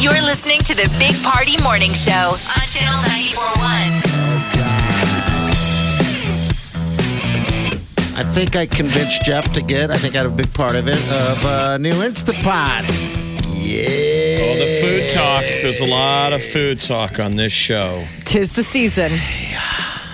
You're listening to the Big Party Morning Show on Channel 941. I think I convinced Jeff to get, I think I had a big part of it, of a new Instapot. Oh, the food talk. There's a lot of food talk on this show. Tis the season.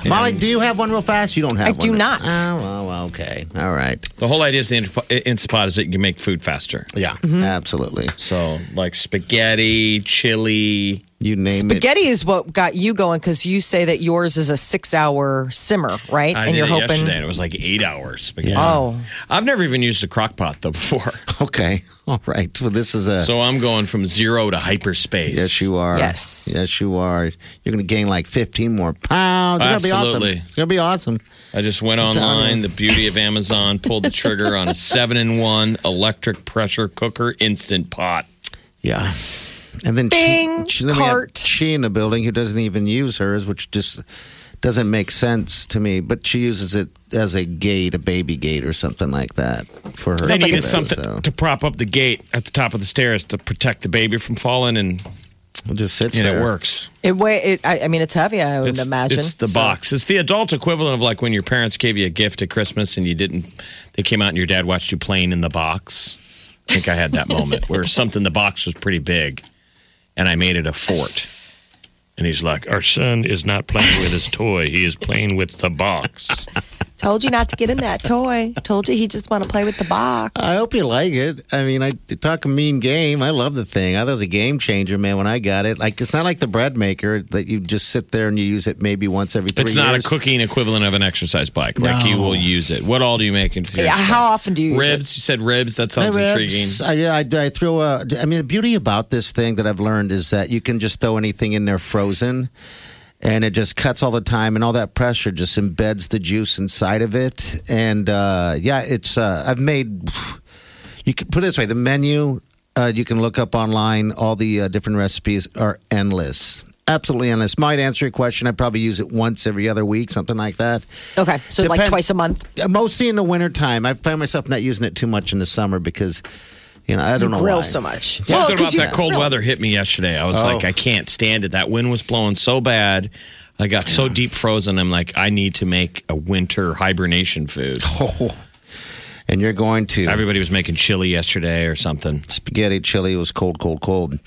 Molly, do you have one real fast? You don't have I one. do not. Oh, well, okay. All right. The whole idea is the Insta- Instapot is that you can make food faster. Yeah, Mm-hmm. absolutely. So, like spaghetti, chili. You name Spaghetti is what got you going because you say that yours is a six-hour simmer, right? I did it yesterday, and it was like eight hours spaghetti. Oh, I've never even used a crock pot though before. it. Okay. All right. So this is a. So I'm going from zero to hyperspace. yes, you are. Yes. Yes, you are. You're going to gain like 15 more pounds. It's gonna be Absolutely. awesome. It's going to be awesome. I just went online, the beauty of Amazon, pulled the trigger on a seven in one electric pressure cooker instant pot. Yeah. And then Bing, she, she, then we have cart. she in the building who doesn't even use hers, which just doesn't make sense to me. But she uses it as a gate, a baby gate, or something like that for her. They kiddo, needed something so to prop up the gate at the top of the stairs to protect the baby from falling, and, it just sits and there. it works. it weigh. It, I, I mean, it's heavy. I would It's, imagine it's the So- box. It's the adult equivalent of like when your parents gave you a gift at Christmas and you didn't. They came out and your dad watched you playing in the box. I think I had that moment where something the box was pretty big, and I made it a fort. And he's like, "Our son is not playing with his toy; he is playing with the box." Told you not to get in that toy. Told you he just want to play with the box. I hope you like it. I mean, I talk a mean game. I love the thing. I thought it was a game changer, man. When I got it, like it's not like the bread maker that you just sit there and you use it maybe once every three. It's not years. a cooking equivalent of an exercise bike. Like you will use it. What all do you make into your Yeah, How often do you use it? ribs? You said ribs. That sounds My intriguing. ribs, I, I, I throw a. I mean, the beauty about this thing that I've learned is that you can just throw anything in there frozen, and it just cuts all the time, and all that pressure just embeds the juice inside of it. And uh, yeah, it's. Uh, I've made. You can put it this way: the menu uh, you can look up online. All the uh, different recipes are endless. Absolutely endless. Might answer your question. I probably use it once every other week, something like that. Okay, so like Depends- twice a month. Mostly in the wintertime. I find myself not using it too much in the summer because, you know, I don't know Grill why. so much. Something about 'cause you- that cold weather hit me yesterday. I was Oh. like, I can't stand it. That wind was blowing so bad. I got so deep frozen. I'm like, I need to make a winter hibernation food. Oh, and you're going to Everybody was making chili yesterday or something. It's spaghetti chili was cold, cold, cold.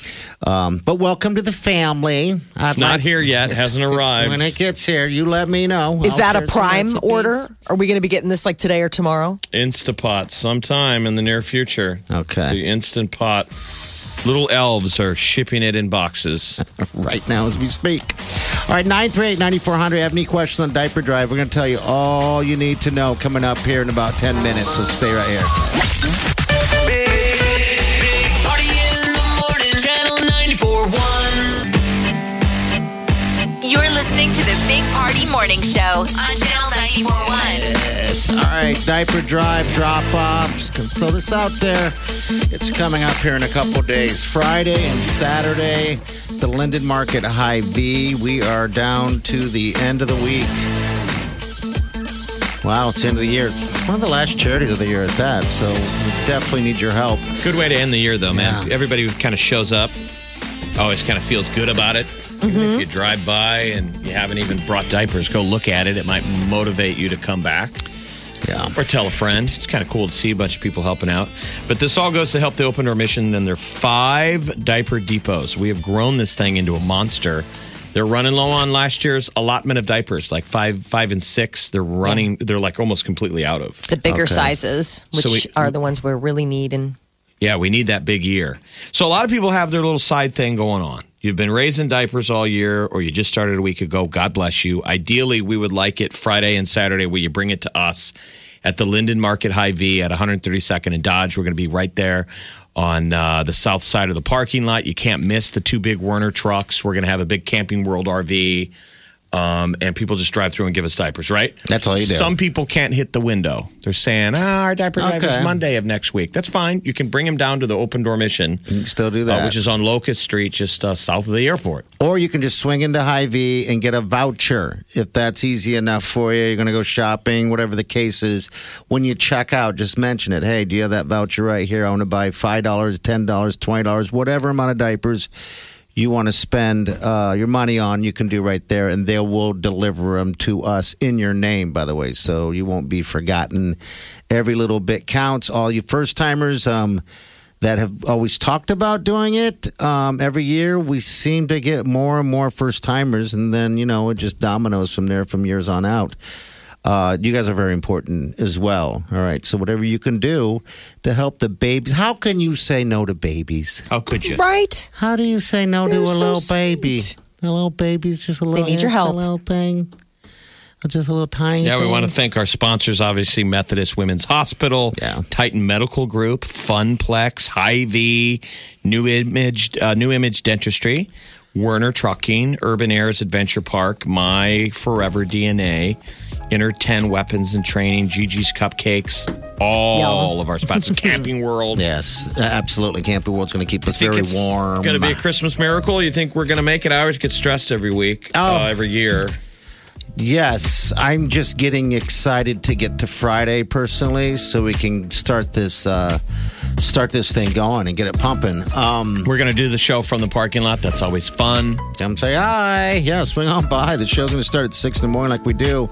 Um, but welcome to the family. It's not here yet. Hasn't arrived. When it gets here, you let me know. Is I'll that a share some prime recipes. order? Are we going to be getting this like today or tomorrow? Instapot sometime in the near future. The Okay, instant pot. Little elves are shipping it in boxes. right now as we speak. All right, 938-9400. Have any questions on diaper drive? We're going to tell you all you need to know coming up here in about ten minutes. So stay right here. Party in the morning, channel 941. You're listening to the Big Party Morning Show on Channel 941. Yes. All right, diaper drive, drop offs. Can throw this out there. It's coming up here in a couple days, Friday and Saturday. The Linden Market High B. We are down to the end of the week. Wow, it's the end of the year. One of the last charities of the year at that, so we definitely need your help. Good way to end the year, though, man. Yeah. Everybody kind of shows up, always kind of feels good about it. Even Mm-hmm. If you drive by and you haven't even brought diapers, go look at it. It might motivate you to come back. Yeah. or tell a friend. It's kind of cool to see a bunch of people helping out. But this all goes to help the open door mission, and there are five diaper depots. We have grown this thing into a monster. They're running low on last year's allotment of diapers, like five, five, and six. They're running. They're like almost completely out of. The bigger Okay. sizes, which So we- are the ones we really need. And Yeah, we need that big year. So a lot of people have their little side thing going on. You've been raising diapers all year, or you just started a week ago. God bless you. Ideally, we would like it Friday and Saturday where you bring it to us at the Linden Market High V at 132nd and Dodge. We're going to be right there. on uh, the south side of the parking lot. You can't miss the two big Werner trucks. We're going to have a big Camping World RV, um, and people just drive through and give us diapers, right? That's all you do. Some people can't hit the window. They're saying, ah, our diaper drive is Okay. Monday of next week. That's fine. You can bring them down to the open door mission, You can still do that. uh, which is on Locust Street, just uh, south of the airport. Or you can just swing into Hy-Vee and get a voucher if that's easy enough for you. You're going to go shopping, whatever the case is. When you check out, just mention it. Hey, do you have that voucher right here? I want to buy $5, $10, $20, whatever amount of diapers you want to spend uh, your money on, you can do right there. And they will deliver them to us in your name, by the way. So you won't be forgotten. Every little bit counts. All you first timers, um, that have always talked about doing it. Um, every year, we seem to get more and more first timers, and then you know it just dominoes from there from years on out. Uh, you guys are very important as well. All right, so whatever you can do to help the babies, how can you say no to babies? How could you? Right? How do you say no to They're a so little baby? sweet. A little baby's just a little, need your it's a help. little thing, just a little tiny. Yeah, we thing. want to thank our sponsors, obviously Methodist Women's Hospital, Yeah. Titan Medical Group, Funplex, Hy-Vee, New Image, uh, New Image Dentistry, Werner Trucking, Urban Airs Adventure Park, My Forever DNA, Inner 10 Weapons and Training, Gigi's Cupcakes, all of our sponsors, Camping World. Yes, absolutely. Camping World's going to keep us Think very it's warm. Going to be a Christmas miracle. You think we're going to make it? I always get stressed every week, Oh. uh, every year. Yes, I'm just getting excited to get to Friday personally, so we can start this uh, start this thing going and get it pumping. Um, We're going to do the show from the parking lot. That's always fun. come say hi, yeah, swing on by. The show's going to start at six in the morning, like we do,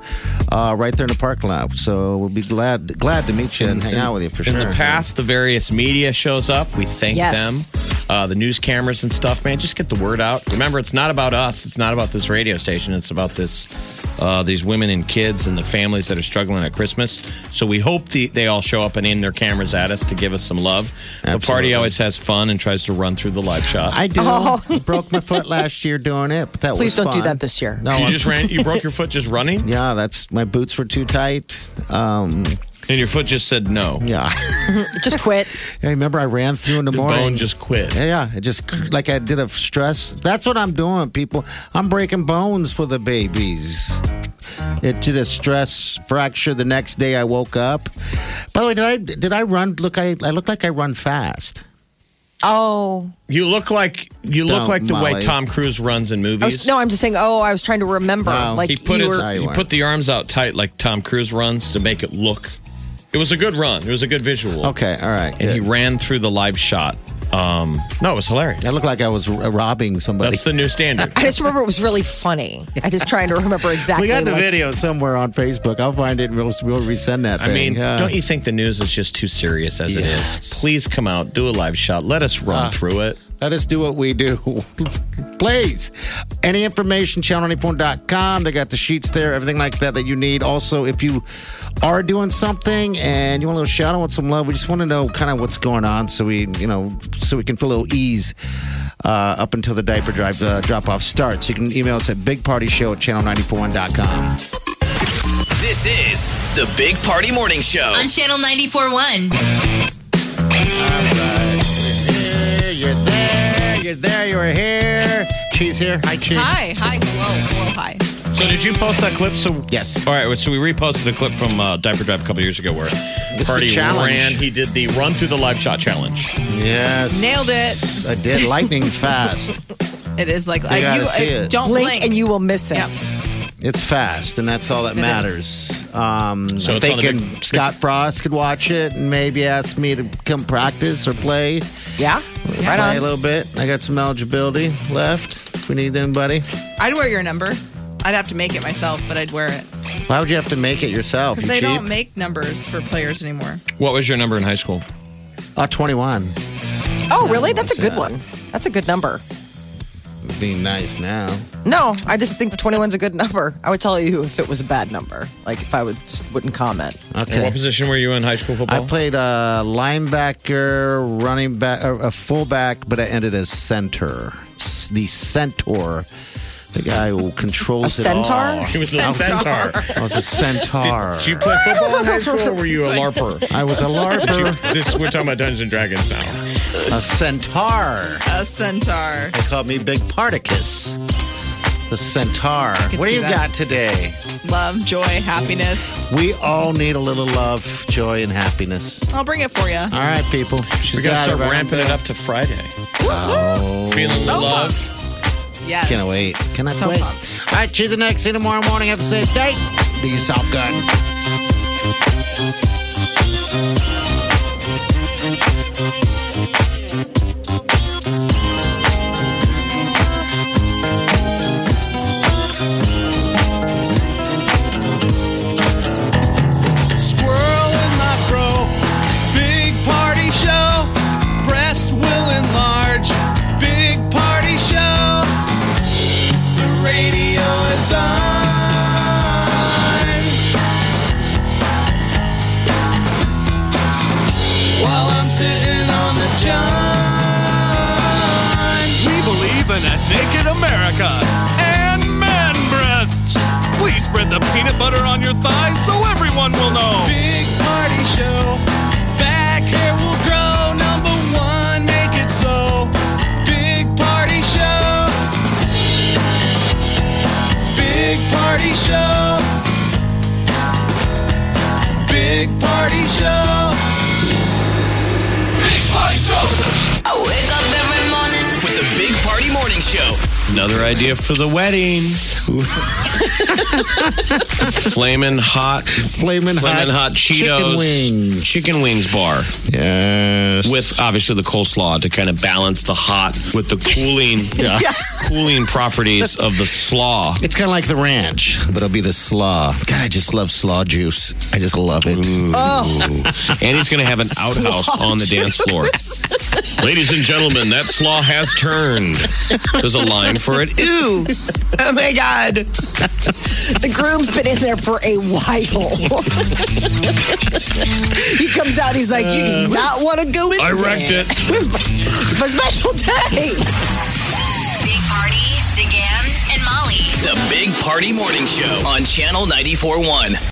uh, right there in the parking lot. So we'll be glad glad to meet you and hang out with you for in sure. the past, the various media shows up. We thank Yes. them. Uh, the news cameras and stuff, man. Just get the word out. Remember, it's not about us. It's not about this radio station. It's about this, uh, these women and kids and the families that are struggling at Christmas. So we hope the, they all show up and aim their cameras at us to give us some love. The party Absolutely. always has fun and tries to run through the live shot. I do. Broke my foot last year doing it, but that Oh. Please was don't do fun. that this year. No, you I'm- just ran. You broke your foot just running, yeah, that's my boots were too tight. Um, and your foot just said no. yeah, Just quit. I remember I ran through in the, The morning. bone just quit. Yeah, yeah. It just like I did of stress. That's what I'm doing, people. I'm breaking bones for the babies. It did a stress fracture the next day. I woke up. By the way, did I did I run? Look, I I look like I run fast. Oh, You look like you look Don't, like the way Molly. Tom Cruise runs in movies. I was, no, I'm just saying. Oh, I was trying to remember. No. like he put you his, were, No, you he weren't. put the arms out tight like Tom Cruise runs to make it look. It was a good run. It was a good visual. Okay, all right. And he good. ran through the live shot. Um, no, it was hilarious. I look like I was r- robbing somebody. That's the new standard. I just remember it was really funny. I just trying to remember exactly. we got the like- video somewhere on Facebook. I'll find it and we'll, we'll resend that. I mean, thing. Yeah. don't you think the news is just too serious as it is? Yes. Ah. Please come out, do a live shot, let us run through it. Let us do what we do. Please. Any information, channel94.com. They got the sheets there, everything like that that you need. Also, if you are doing something and you want a little shout out, want some love, we just want to know kind of what's going on so we, you know, so we can feel a little ease uh, up until the diaper drive uh, drop off starts. You can email us at bigpartyshow at channel941.com. This is the Big Party Morning Show. On Channel 94.1. Hey, You're there. You're there. You're here. She's here. Hi, Chi. Hi, hi, hello, hello, hi. So, did you post that clip? So Yes. All right. So we reposted a clip from uh, Diaper Drive a couple years ago where the Party challenge. ran. He did the run through the live shot challenge. Yes. Nailed it. I did lightning fast. It is like, You gotta you see it. don't Blink blink. and you will miss it. Yep. It's fast, and that's all that It matters. Um, I'm So it's on the thinking big- Scott Frost could watch it and maybe ask me to come practice or play, Yeah. Right play a on. little bit. I got some eligibility left. If we need anybody, I'd wear your number. I'd have to make it myself, but I'd wear it why would you have to make it yourself? because You they cheap? don't make numbers for players anymore. What was your number in high school? oh, 21. Oh, really? That's a good Yeah. one. That's a good number. Being nice now. No, I just think 21's a good number. I would tell you if it was a bad number. Like if I would just wouldn't comment. And Okay. what position were you in high school football? I played a linebacker, running back, or a fullback, but I ended as center. S- The centaur The guy who controls A it all. centaur? He was a centaur. I was a centaur. Did you play football in high school or were you a LARPer? I was a larper. This, we're talking about Dungeons and Dragons now. a centaur. A centaur. They called me Big Particus. The centaur. What do see you that. got today? Love, joy, happiness. We all need a little love, joy, and happiness. I'll bring it for you. All right, people. She's We gotta got it start right ramping it there. up to Friday. Feeling the love. Yes. Can I wait? Can I So wait? pumped. All right, she's the next. See you tomorrow morning. Have a safe day. Do yourself good. Squirrel in my fro. Big party show. Breast will enlarge. Big party show. The radio is on. While I'm sitting on the john. We believe in a naked America and man breasts. Please spread the peanut butter on your thighs so everyone will know. Big party show. Back hair will grow. Number one, make it so. Big party show. Big party show. Big party show. Big party show. I wake up every morning. With the Big Party Morning Show. Another idea for the wedding. Flamin' hot, Flamin' flamin' hot Cheetos, chicken wings. chicken wings bar Yes. with obviously the coleslaw to kind of balance the hot with the cooling, uh, cooling properties of the slaw. It's kind of like the ranch, but it'll be the slaw. God, I just love slaw juice. I just love it. And he's going to have an outhouse on the dance floor. Ladies and gentlemen, that slaw has turned. There's a line for it. Ew. Oh my God. the groom's been in there for a while. he comes out, he's like, You do not want to go in I there. wrecked it. It's my special day. Big Party, DeGan, and Molly. The Big Party Morning Show on Channel 94.1.